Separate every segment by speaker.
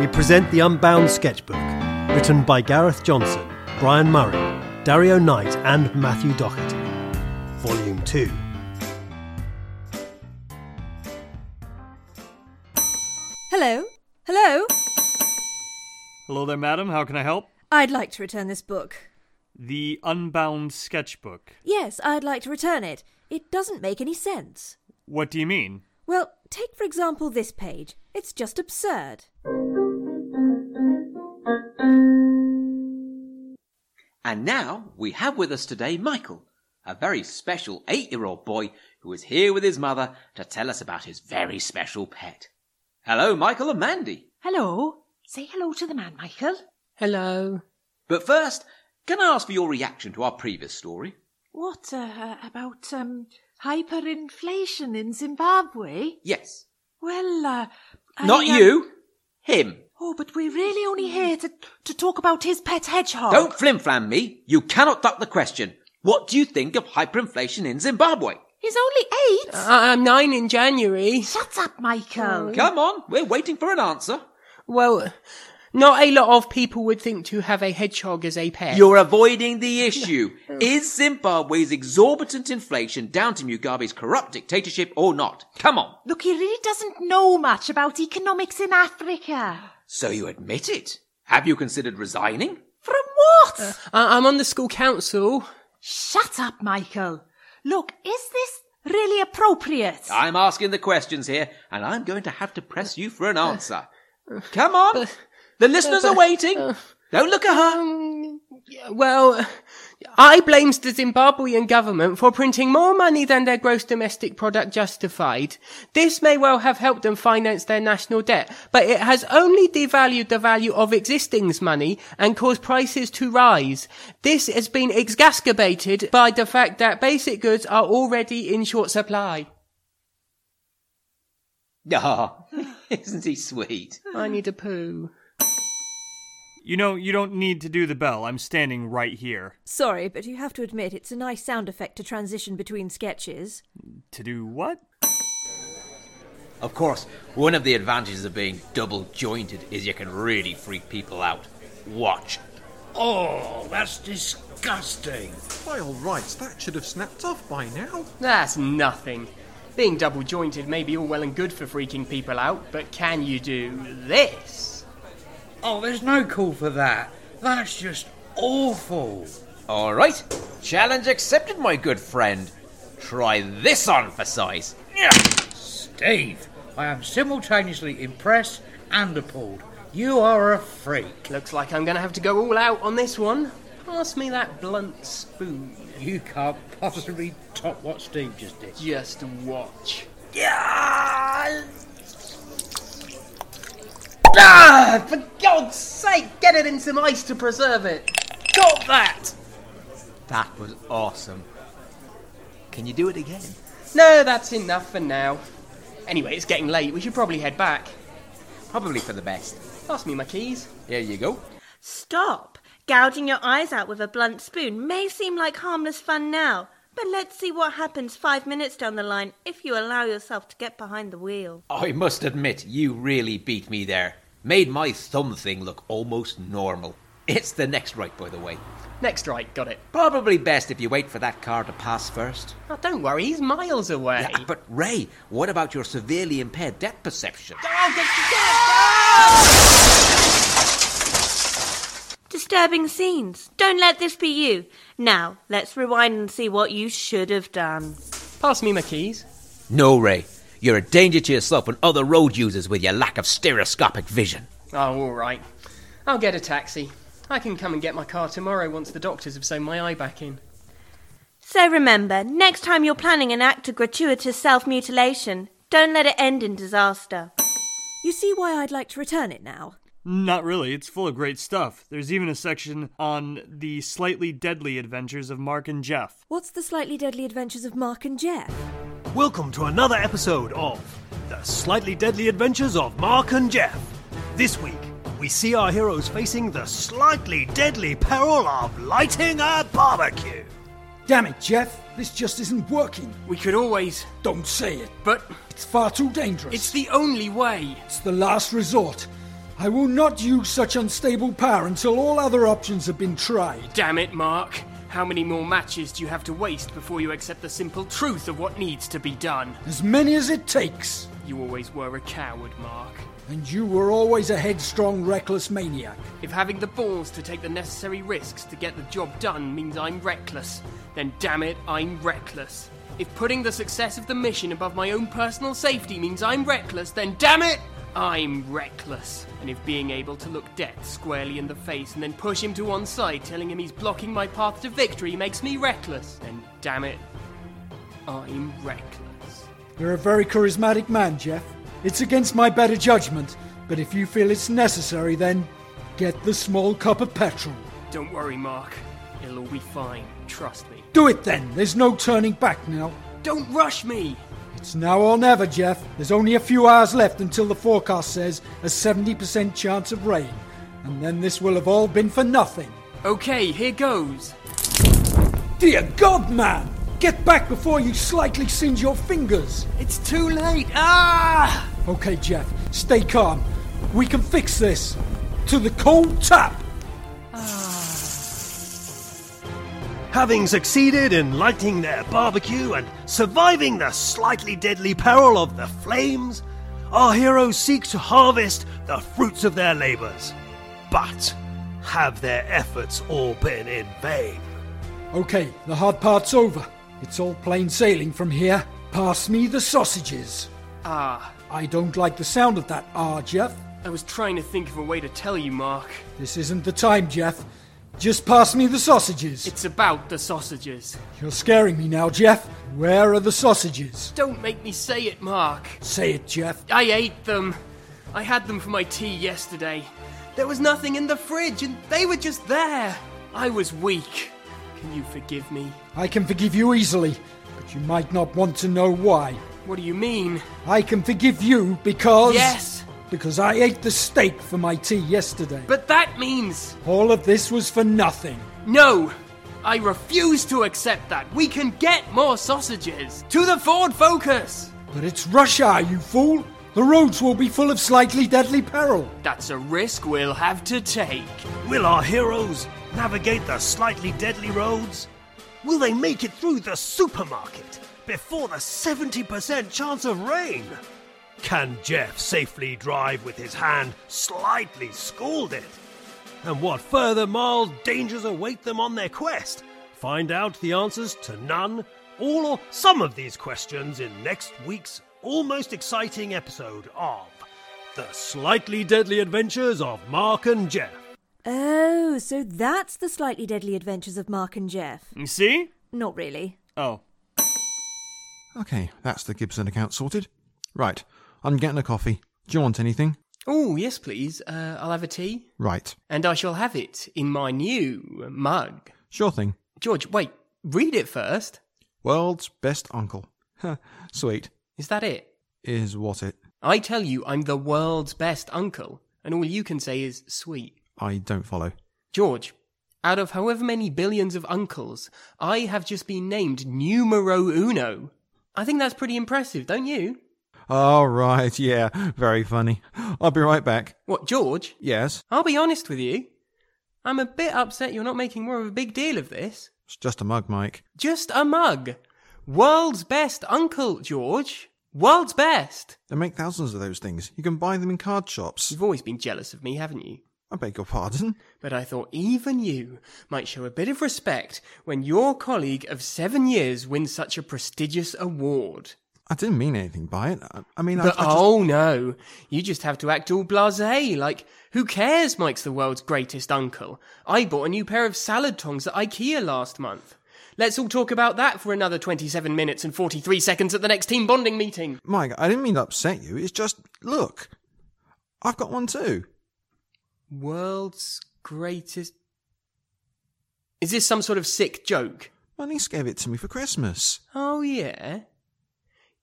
Speaker 1: we present The Unbound Sketchbook, written by Gareth Johnson, Brian Murray, Dario Knight, and Matthew Doherty. Volume 2.
Speaker 2: Hello? Hello?
Speaker 3: Hello there, madam. How can I help?
Speaker 2: I'd like to return this book.
Speaker 3: The Unbound Sketchbook.
Speaker 2: Yes, I'd like to return it. It doesn't make any sense.
Speaker 3: What do you mean?
Speaker 2: Well, take for example this page. It's just absurd.
Speaker 4: And now we have with us today Michael, a very special eight year old boy who is here with his mother to tell us about his very special pet. Hello, Michael and Mandy.
Speaker 5: Hello. Say hello to the man, Michael.
Speaker 6: Hello.
Speaker 4: But first, can I ask for your reaction to our previous story?
Speaker 5: What uh, about um, hyperinflation in Zimbabwe?
Speaker 4: Yes.
Speaker 5: Well, uh, I,
Speaker 4: Not
Speaker 5: um,
Speaker 4: you. Him.
Speaker 5: Oh, but we're really only here to to talk about his pet hedgehog.
Speaker 4: Don't flimflam me. You cannot duck the question. What do you think of hyperinflation in Zimbabwe?
Speaker 5: He's only eight.
Speaker 6: I- I'm Uh, um, nine in January.
Speaker 5: Shut up, Michael.
Speaker 4: Come on, we're waiting for an answer.
Speaker 6: Well, not a lot of people would think to have a hedgehog as a pet.
Speaker 4: You're avoiding the issue. Is Zimbabwe's exorbitant inflation down to Mugabe's corrupt dictatorship or not? Come on.
Speaker 5: Look, he really doesn't know much about economics in Africa.
Speaker 4: So you admit it? Have you considered resigning?
Speaker 5: From what?
Speaker 4: Uh.
Speaker 6: I- Uh, I'm on the school council.
Speaker 5: Shut up, Michael. Look, is this really appropriate?
Speaker 4: I'm asking the questions here, and I'm going to have to press you for an answer. Come on. The listeners are waiting. Don't look at her.
Speaker 6: Well, I blames the Zimbabwean government for printing more money than their gross domestic product justified. This may well have helped them finance their national debt, but it has only devalued the value of existing money and caused prices to rise. This has been exacerbated by the fact that basic goods are already in short supply.
Speaker 4: Ah, isn't he sweet?
Speaker 6: I need a poo.
Speaker 3: You know, you don't need to do the bell. I'm standing right here.
Speaker 2: Sorry, but you have to admit it's a nice sound effect to transition between sketches.
Speaker 3: To do what?
Speaker 4: Of course, one of the advantages of being double jointed is you can really freak people out. Watch.
Speaker 7: Oh, that's disgusting.
Speaker 8: By all rights, that should have snapped off by now.
Speaker 6: That's nothing. Being double jointed may be all well and good for freaking people out, but can you do this?
Speaker 7: Oh, there's no call for that. That's just awful.
Speaker 4: All right, challenge accepted, my good friend. Try this on for size.
Speaker 7: Steve, I am simultaneously impressed and appalled. You are a freak.
Speaker 6: Looks like I'm gonna have to go all out on this one. Pass me that blunt spoon.
Speaker 7: You can't possibly top what Steve just did.
Speaker 6: Just watch. Ah, for God's sake, get it in some ice to preserve it. Got that?
Speaker 4: That was awesome. Can you do it again?
Speaker 6: No, that's enough for now. Anyway, it's getting late. We should probably head back.
Speaker 4: Probably for the best.
Speaker 6: Pass me my keys.
Speaker 4: Here you go.
Speaker 9: Stop! Gouging your eyes out with a blunt spoon may seem like harmless fun now, but let's see what happens five minutes down the line if you allow yourself to get behind the wheel.
Speaker 4: I must admit, you really beat me there. Made my thumb thing look almost normal. It's the next right, by the way.
Speaker 6: Next right, got it.
Speaker 4: Probably best if you wait for that car to pass first.
Speaker 6: Oh, don't worry, he's miles away.
Speaker 4: Yeah, but Ray, what about your severely impaired depth perception?
Speaker 9: Disturbing scenes. Don't let this be you. Now, let's rewind and see what you should have done.
Speaker 6: Pass me my keys.
Speaker 4: No, Ray. You're a danger to yourself and other road users with your lack of stereoscopic vision.
Speaker 6: Oh, all right. I'll get a taxi. I can come and get my car tomorrow once the doctors have sewn my eye back in.
Speaker 9: So remember, next time you're planning an act of gratuitous self mutilation, don't let it end in disaster.
Speaker 2: You see why I'd like to return it now?
Speaker 3: Not really. It's full of great stuff. There's even a section on the slightly deadly adventures of Mark and Jeff.
Speaker 2: What's the slightly deadly adventures of Mark and Jeff?
Speaker 1: Welcome to another episode of The Slightly Deadly Adventures of Mark and Jeff. This week, we see our heroes facing the slightly deadly peril of lighting a barbecue.
Speaker 10: Damn it, Jeff. This just isn't working.
Speaker 6: We could always,
Speaker 10: Don't say it.
Speaker 6: but
Speaker 10: It's far too dangerous.
Speaker 6: it's the only way.
Speaker 10: It's the last resort. I will not use such unstable power until all other options have been tried.
Speaker 6: Damn it, Mark. How many more matches do you have to waste before you accept the simple truth of what needs to be done?
Speaker 10: As many as it takes.
Speaker 6: You always were a coward, Mark.
Speaker 10: And you were always a headstrong, reckless maniac.
Speaker 6: If having the balls to take the necessary risks to get the job done means I'm reckless, then damn it, I'm reckless. If putting the success of the mission above my own personal safety means I'm reckless, then damn it, I'm reckless. And if being able to look death squarely in the face and then push him to one side, telling him he's blocking my path to victory, makes me reckless, then damn it, I'm reckless.
Speaker 10: You're a very charismatic man, Jeff. It's against my better judgment, but if you feel it's necessary, then get the small cup of petrol.
Speaker 6: Don't worry, Mark. It'll all be fine. Trust me.
Speaker 10: Do it then. There's no turning back now.
Speaker 6: Don't rush me.
Speaker 10: It's now or never, Jeff. There's only a few hours left until the forecast says a 70% chance of rain. And then this will have all been for nothing.
Speaker 6: Okay, here goes.
Speaker 10: Dear God, man! Get back before you slightly singe your fingers!
Speaker 6: It's too late! Ah!
Speaker 10: Okay, Jeff, stay calm. We can fix this. To the cold tap!
Speaker 1: Having succeeded in lighting their barbecue and surviving the slightly deadly peril of the flames, our heroes seek to harvest the fruits of their labors. But have their efforts all been in vain?
Speaker 10: Okay, the hard part's over. It's all plain sailing from here. Pass me the sausages.
Speaker 6: Ah,
Speaker 10: I don't like the sound of that ah, Jeff.
Speaker 6: I was trying to think of a way to tell you, Mark.
Speaker 10: This isn't the time, Jeff. Just pass me the sausages.
Speaker 6: It's about the sausages.
Speaker 10: You're scaring me now, Jeff. Where are the sausages?
Speaker 6: Don't make me say it, Mark.
Speaker 10: Say it, Jeff.
Speaker 6: I ate them. I had them for my tea yesterday. There was nothing in the fridge, and they were just there. I was weak. Can you forgive me?
Speaker 10: I can forgive you easily, but you might not want to know why.
Speaker 6: What do you mean?
Speaker 10: I can forgive you because.
Speaker 6: Yes!
Speaker 10: Because I ate the steak for my tea yesterday.
Speaker 6: But that means.
Speaker 10: All of this was for nothing.
Speaker 6: No! I refuse to accept that. We can get more sausages. To the Ford Focus!
Speaker 10: But it's rush hour, you fool! The roads will be full of slightly deadly peril.
Speaker 6: That's a risk we'll have to take.
Speaker 1: Will our heroes navigate the slightly deadly roads? Will they make it through the supermarket before the 70% chance of rain? Can Jeff safely drive with his hand slightly scalded? And what further mild dangers await them on their quest? Find out the answers to none, all or some of these questions in next week's almost exciting episode of The Slightly Deadly Adventures of Mark and Jeff.
Speaker 2: Oh, so that's the slightly deadly adventures of Mark and Jeff.
Speaker 3: You see?
Speaker 2: Not really.
Speaker 3: Oh.
Speaker 8: Okay, that's the Gibson account sorted. Right, I'm getting a coffee. Do you want anything?
Speaker 6: Oh, yes, please. Uh, I'll have a tea.
Speaker 8: Right.
Speaker 6: And I shall have it in my new mug.
Speaker 8: Sure thing.
Speaker 6: George, wait. Read it first.
Speaker 8: World's best uncle. Huh, Sweet.
Speaker 6: Is that it?
Speaker 8: Is what it?
Speaker 6: I tell you, I'm the world's best uncle, and all you can say is sweet.
Speaker 8: I don't follow.
Speaker 6: George, out of however many billions of uncles, I have just been named numero uno. I think that's pretty impressive, don't you?
Speaker 8: Oh, right, yeah, very funny. I'll be right back.
Speaker 6: What, George?
Speaker 8: Yes,
Speaker 6: I'll be honest with you. I'm a bit upset you're not making more of a big deal of this.
Speaker 8: it's just a mug, Mike.
Speaker 6: Just a mug. World's best uncle, George. World's best.
Speaker 8: They make thousands of those things. You can buy them in card shops.
Speaker 6: You've always been jealous of me, haven't you?
Speaker 8: I beg your pardon.
Speaker 6: But I thought even you might show a bit of respect when your colleague of seven years wins such a prestigious award.
Speaker 8: I didn't mean anything by it. I, I mean, I, I
Speaker 6: But
Speaker 8: just...
Speaker 6: oh no, you just have to act all blasé, like who cares? Mike's the world's greatest uncle. I bought a new pair of salad tongs at IKEA last month. Let's all talk about that for another 27 minutes and 43 seconds at the next team bonding meeting.
Speaker 8: Mike, I didn't mean to upset you. It's just, look, I've got one too.
Speaker 6: World's greatest. Is this some sort of sick joke?
Speaker 8: My niece gave it to me for Christmas.
Speaker 6: Oh yeah.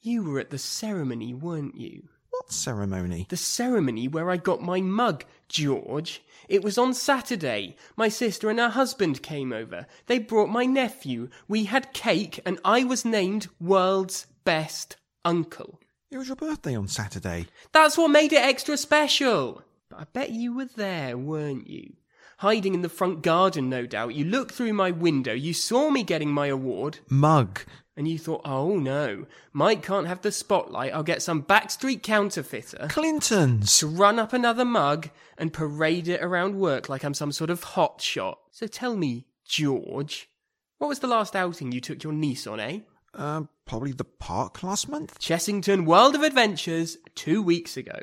Speaker 6: You were at the ceremony, weren't you?
Speaker 8: What ceremony?
Speaker 6: The ceremony where I got my mug, George. It was on Saturday. My sister and her husband came over. They brought my nephew. We had cake, and I was named World's Best Uncle.
Speaker 8: It was your birthday on Saturday.
Speaker 6: That's what made it extra special. But I bet you were there, weren't you? Hiding in the front garden, no doubt. You looked through my window, you saw me getting my award,
Speaker 8: Mug.
Speaker 6: and you thought, oh no, Mike can't have the spotlight. I'll get some backstreet counterfeiter
Speaker 8: Clinton's.
Speaker 6: to run up another mug and parade it around work like I'm some sort of hot shot. So tell me, George, what was the last outing you took your niece on, eh?
Speaker 8: Uh, probably the park last month?
Speaker 6: Chessington World of Adventures two weeks ago.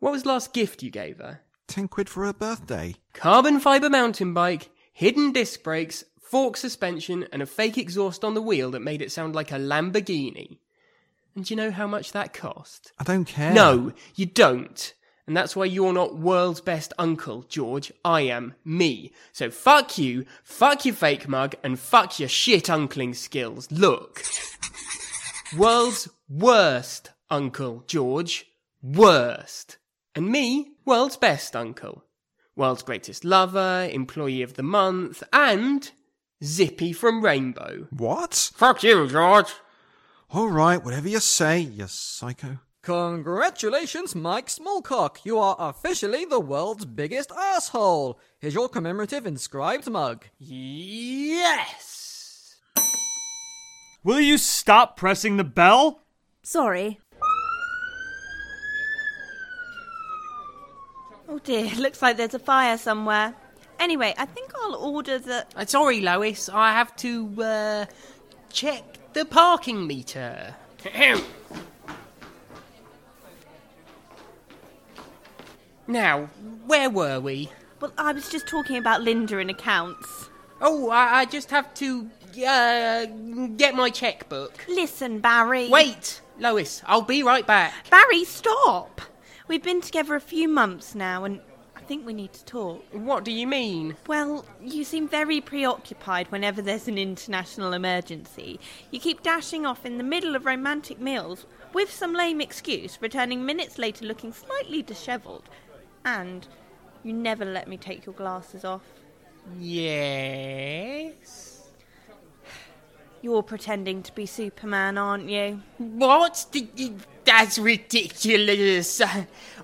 Speaker 6: What was the last gift you gave her?
Speaker 8: Ten quid for her birthday.
Speaker 6: Carbon fibre mountain bike, hidden disc brakes, fork suspension, and a fake exhaust on the wheel that made it sound like a Lamborghini. And do you know how much that cost?
Speaker 8: I don't care.
Speaker 6: No, you don't. And that's why you're not world's best uncle, George. I am me. So fuck you, fuck your fake mug, and fuck your shit uncling skills. Look. World's worst uncle, George. Worst. And me, world's best uncle. World's greatest lover, employee of the month, and Zippy from Rainbow.
Speaker 8: What?
Speaker 6: Fuck you, George.
Speaker 8: All right, whatever you say, you psycho.
Speaker 11: Congratulations, Mike Smallcock. You are officially the world's biggest asshole. Here's your commemorative inscribed mug.
Speaker 6: Yes!
Speaker 3: Will you stop pressing the bell?
Speaker 2: Sorry.
Speaker 9: Oh dear, looks like there's a fire somewhere. Anyway, I think I'll order the.
Speaker 6: Uh, Sorry, Lois, I have to uh, check the parking meter. now, where were we?
Speaker 9: Well, I was just talking about Linda in accounts.
Speaker 6: Oh, I, I just have to uh, get my checkbook.
Speaker 9: Listen, Barry.
Speaker 6: Wait, Lois, I'll be right back.
Speaker 9: Barry, stop! We've been together a few months now, and I think we need to talk.
Speaker 6: What do you mean?
Speaker 9: Well, you seem very preoccupied whenever there's an international emergency. You keep dashing off in the middle of romantic meals with some lame excuse, returning minutes later looking slightly dishevelled. And you never let me take your glasses off.
Speaker 6: Yes.
Speaker 9: You're pretending to be Superman, aren't you?
Speaker 6: What? D- d- That's ridiculous.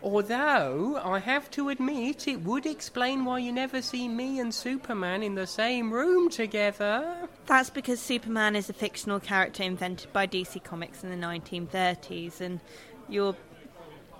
Speaker 6: Although, I have to admit, it would explain why you never see me and Superman in the same room together.
Speaker 9: That's because Superman is a fictional character invented by DC Comics in the 1930s, and you're.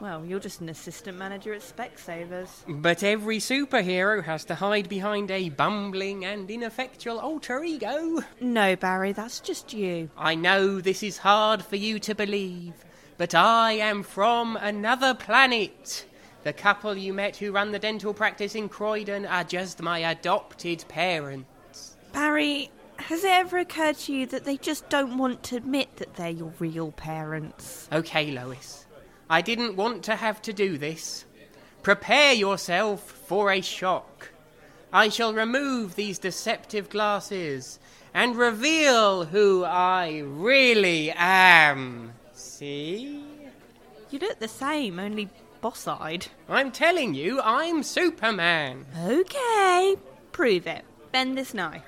Speaker 9: Well, you're just an assistant manager at Specsavers.
Speaker 6: But every superhero has to hide behind a bumbling and ineffectual alter ego.
Speaker 9: No, Barry, that's just you.
Speaker 6: I know this is hard for you to believe, but I am from another planet. The couple you met who run the dental practice in Croydon are just my adopted parents.
Speaker 9: Barry, has it ever occurred to you that they just don't want to admit that they're your real parents?
Speaker 6: Okay, Lois. I didn't want to have to do this. Prepare yourself for a shock. I shall remove these deceptive glasses and reveal who I really am. See?
Speaker 9: You look the same, only boss eyed.
Speaker 6: I'm telling you, I'm Superman.
Speaker 9: Okay, prove it. Bend this knife.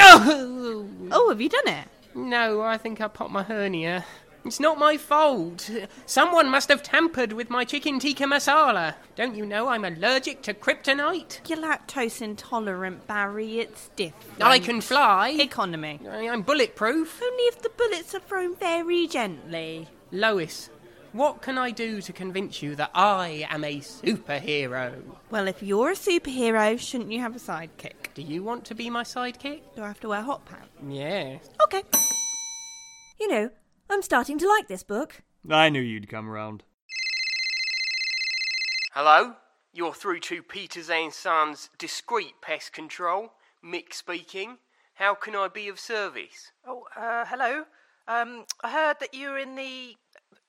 Speaker 9: Oh, have you done it?
Speaker 6: No, I think I popped my hernia. It's not my fault. Someone must have tampered with my chicken tikka masala. Don't you know I'm allergic to kryptonite?
Speaker 9: You're lactose intolerant, Barry. It's different.
Speaker 6: I can fly.
Speaker 9: Um, Economy.
Speaker 6: I- I'm bulletproof.
Speaker 9: Only if the bullets are thrown very gently.
Speaker 6: Lois, what can I do to convince you that I am a superhero?
Speaker 9: Well, if you're a superhero, shouldn't you have a sidekick?
Speaker 6: Do you want to be my sidekick?
Speaker 9: Do I have to wear hot pants?
Speaker 6: Yes.
Speaker 9: Okay.
Speaker 2: You know, I'm starting to like this book.
Speaker 3: I knew you'd come around.
Speaker 6: Hello? You're through to Peter Zane Son's Discreet Pest Control. Mick speaking. How can I be of service?
Speaker 12: Oh, uh, hello. Um, I heard that you were in the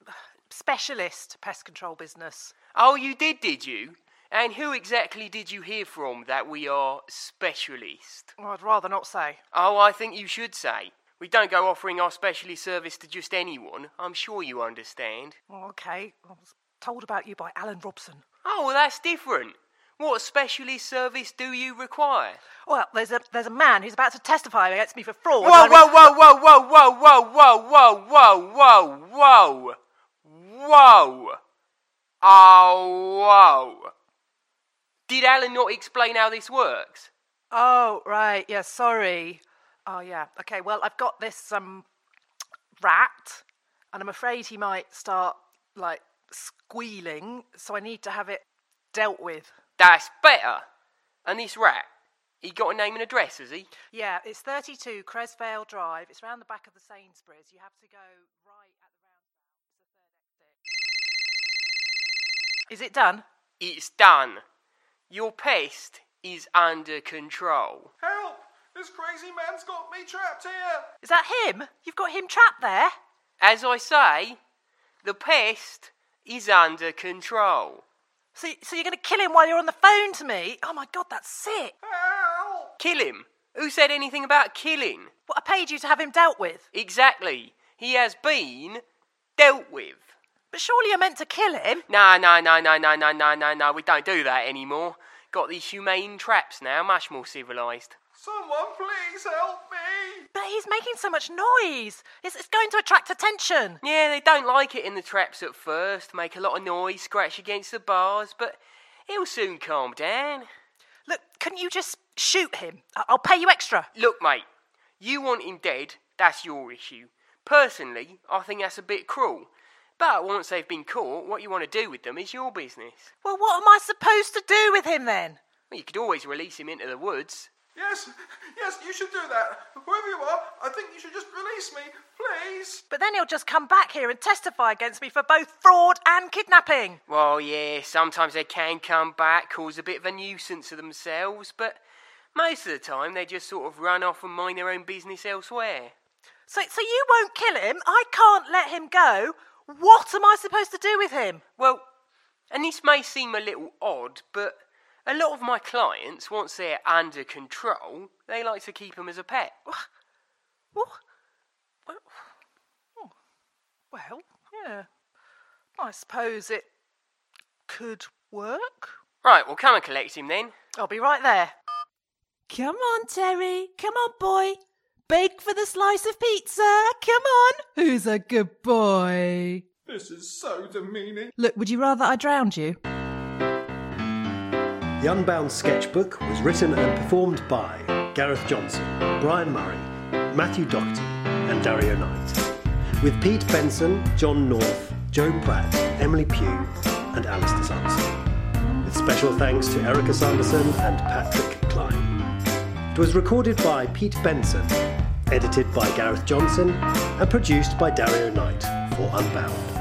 Speaker 12: uh, specialist pest control business.
Speaker 6: Oh, you did, did you? And who exactly did you hear from that we are specialist?
Speaker 12: Well, I'd rather not say.
Speaker 6: Oh, I think you should say. We don't go offering our specialist service to just anyone. I'm sure you understand.
Speaker 12: Okay, I was told about you by Alan Robson.
Speaker 6: Oh, well, that's different. What specialist service do you require?
Speaker 9: Well, there's a there's a man who's about to testify against me for fraud.
Speaker 6: Whoa,
Speaker 9: and I
Speaker 6: whoa, whoa, whoa, whoa, whoa, whoa, whoa, whoa, whoa, whoa, whoa, whoa. Oh, whoa. Did Alan not explain how this works?
Speaker 9: Oh, right. Yeah, sorry. Oh, yeah. Okay, well, I've got this um rat, and I'm afraid he might start like squealing, so I need to have it dealt with.
Speaker 6: That's better. And this rat, he got a name and address, has he?
Speaker 9: Yeah, it's 32 Cresvale Drive. It's round the back of the Sainsbury's. You have to go right at the roundabout. Is it done?
Speaker 6: It's done. Your pest is under control.
Speaker 13: Help! This crazy man's got me trapped here!
Speaker 9: Is that him? You've got him trapped there?
Speaker 6: As I say, the pest is under control.
Speaker 9: So, so you're going to kill him while you're on the phone to me? Oh my god, that's sick.
Speaker 6: Kill him? Who said anything about killing?
Speaker 9: What, I paid you to have him dealt with.
Speaker 6: Exactly. He has been dealt with.
Speaker 9: But surely you're meant to kill him.
Speaker 6: No, no, no, no, no, no, no, no, no. We don't do that anymore. Got these humane traps now, much more civilised.
Speaker 13: Someone please help me!
Speaker 9: But he's making so much noise. It's, it's going to attract attention.
Speaker 6: Yeah, they don't like it in the traps at first, make a lot of noise, scratch against the bars, but he'll soon calm down.
Speaker 9: Look, couldn't you just shoot him? I- I'll pay you extra.
Speaker 6: Look, mate, you want him dead, that's your issue. Personally, I think that's a bit cruel. But once they've been caught, what you want to do with them is your business.
Speaker 9: Well, what am I supposed to do with him then?
Speaker 6: Well, you could always release him into the woods.
Speaker 13: Yes, yes, you should do that. Whoever you are, I think you should just release me, please.
Speaker 9: But then he'll just come back here and testify against me for both fraud and kidnapping.
Speaker 6: Well, yeah, sometimes they can come back, cause a bit of a nuisance to themselves, but most of the time they just sort of run off and mind their own business elsewhere.
Speaker 9: So, so you won't kill him. I can't let him go. What am I supposed to do with him?
Speaker 6: Well, and this may seem a little odd, but a lot of my clients, once they're under control, they like to keep them as a pet.
Speaker 9: What? Well, oh, well, yeah. I suppose it could work.
Speaker 6: Right, well, come and collect him then.
Speaker 9: I'll be right there.
Speaker 14: Come on, Terry. Come on, boy. Bake for the slice of pizza. Come on. Who's a good boy?
Speaker 13: This is so demeaning.
Speaker 14: Look, would you rather I drowned you?
Speaker 1: The Unbound Sketchbook was written and performed by Gareth Johnson, Brian Murray, Matthew Doherty, and Dario Knight, with Pete Benson, John North, Joe Pratt, Emily Pugh, and Alistair Sanderson, with special thanks to Erica Sanderson and Patrick Klein. It was recorded by Pete Benson, edited by Gareth Johnson, and produced by Dario Knight for Unbound.